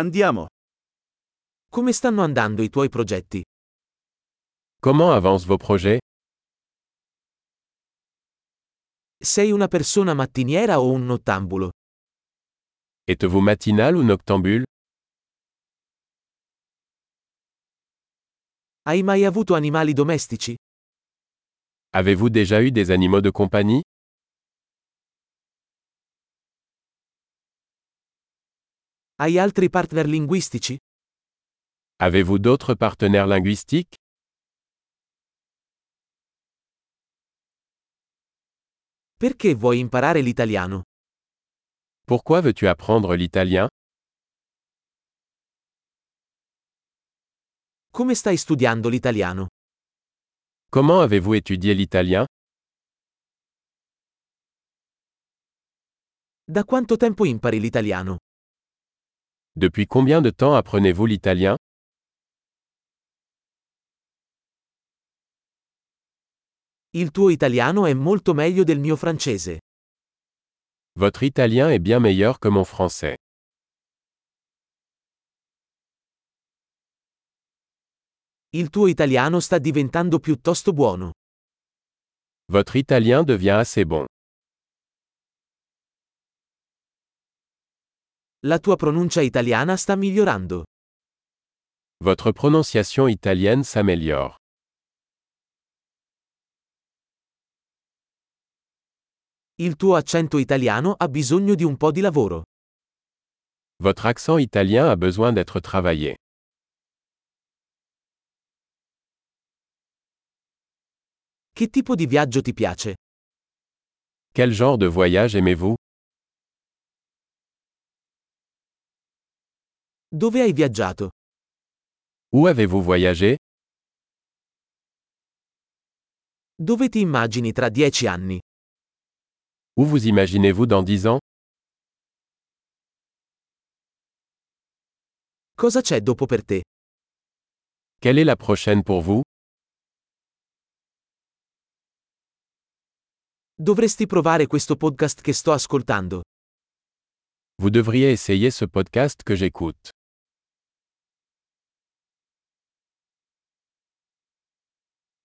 Andiamo. Come stanno andando i tuoi progetti? Comment avancent vos projets Sei una persona mattiniera o un nottambulo? Êtes-vous matinal ou noctambule Hai mai avuto animali domestici? Avez-vous déjà eu des animaux de compagnie Hai altri partner linguistici? Avez-vous d'autres partenaires linguistiques Perché vuoi imparare l'italiano? Pourquoi veux-tu apprendre l'italien Come stai studiando l'italiano? Comment avez-vous étudié l'italien Da quanto tempo impari l'italiano? Depuis combien de temps apprenez-vous l'italien Il tuo italiano è molto meglio del mio francese. Votre italien est bien meilleur que mon français. Il tuo italiano sta diventando piuttosto buono. Votre italien devient assez bon. La tua pronuncia italiana sta migliorando. Votre prononciation italienne s'améliore. Il tuo accento italiano ha bisogno di un po' di lavoro. Votre accent italien a besoin d'être travaillé. Che tipo di viaggio ti piace? Quel genre de voyage aimez-vous Dove hai viaggiato? Où avez-vous voyagé Dove ti immagini tra dieci anni? Où vous imaginez-vous dans 10 ans Cosa c'è dopo per te? Quelle est la prochaine pour vous Dovresti provare questo podcast che sto ascoltando. Vous devriez essayer ce podcast que j'écoute.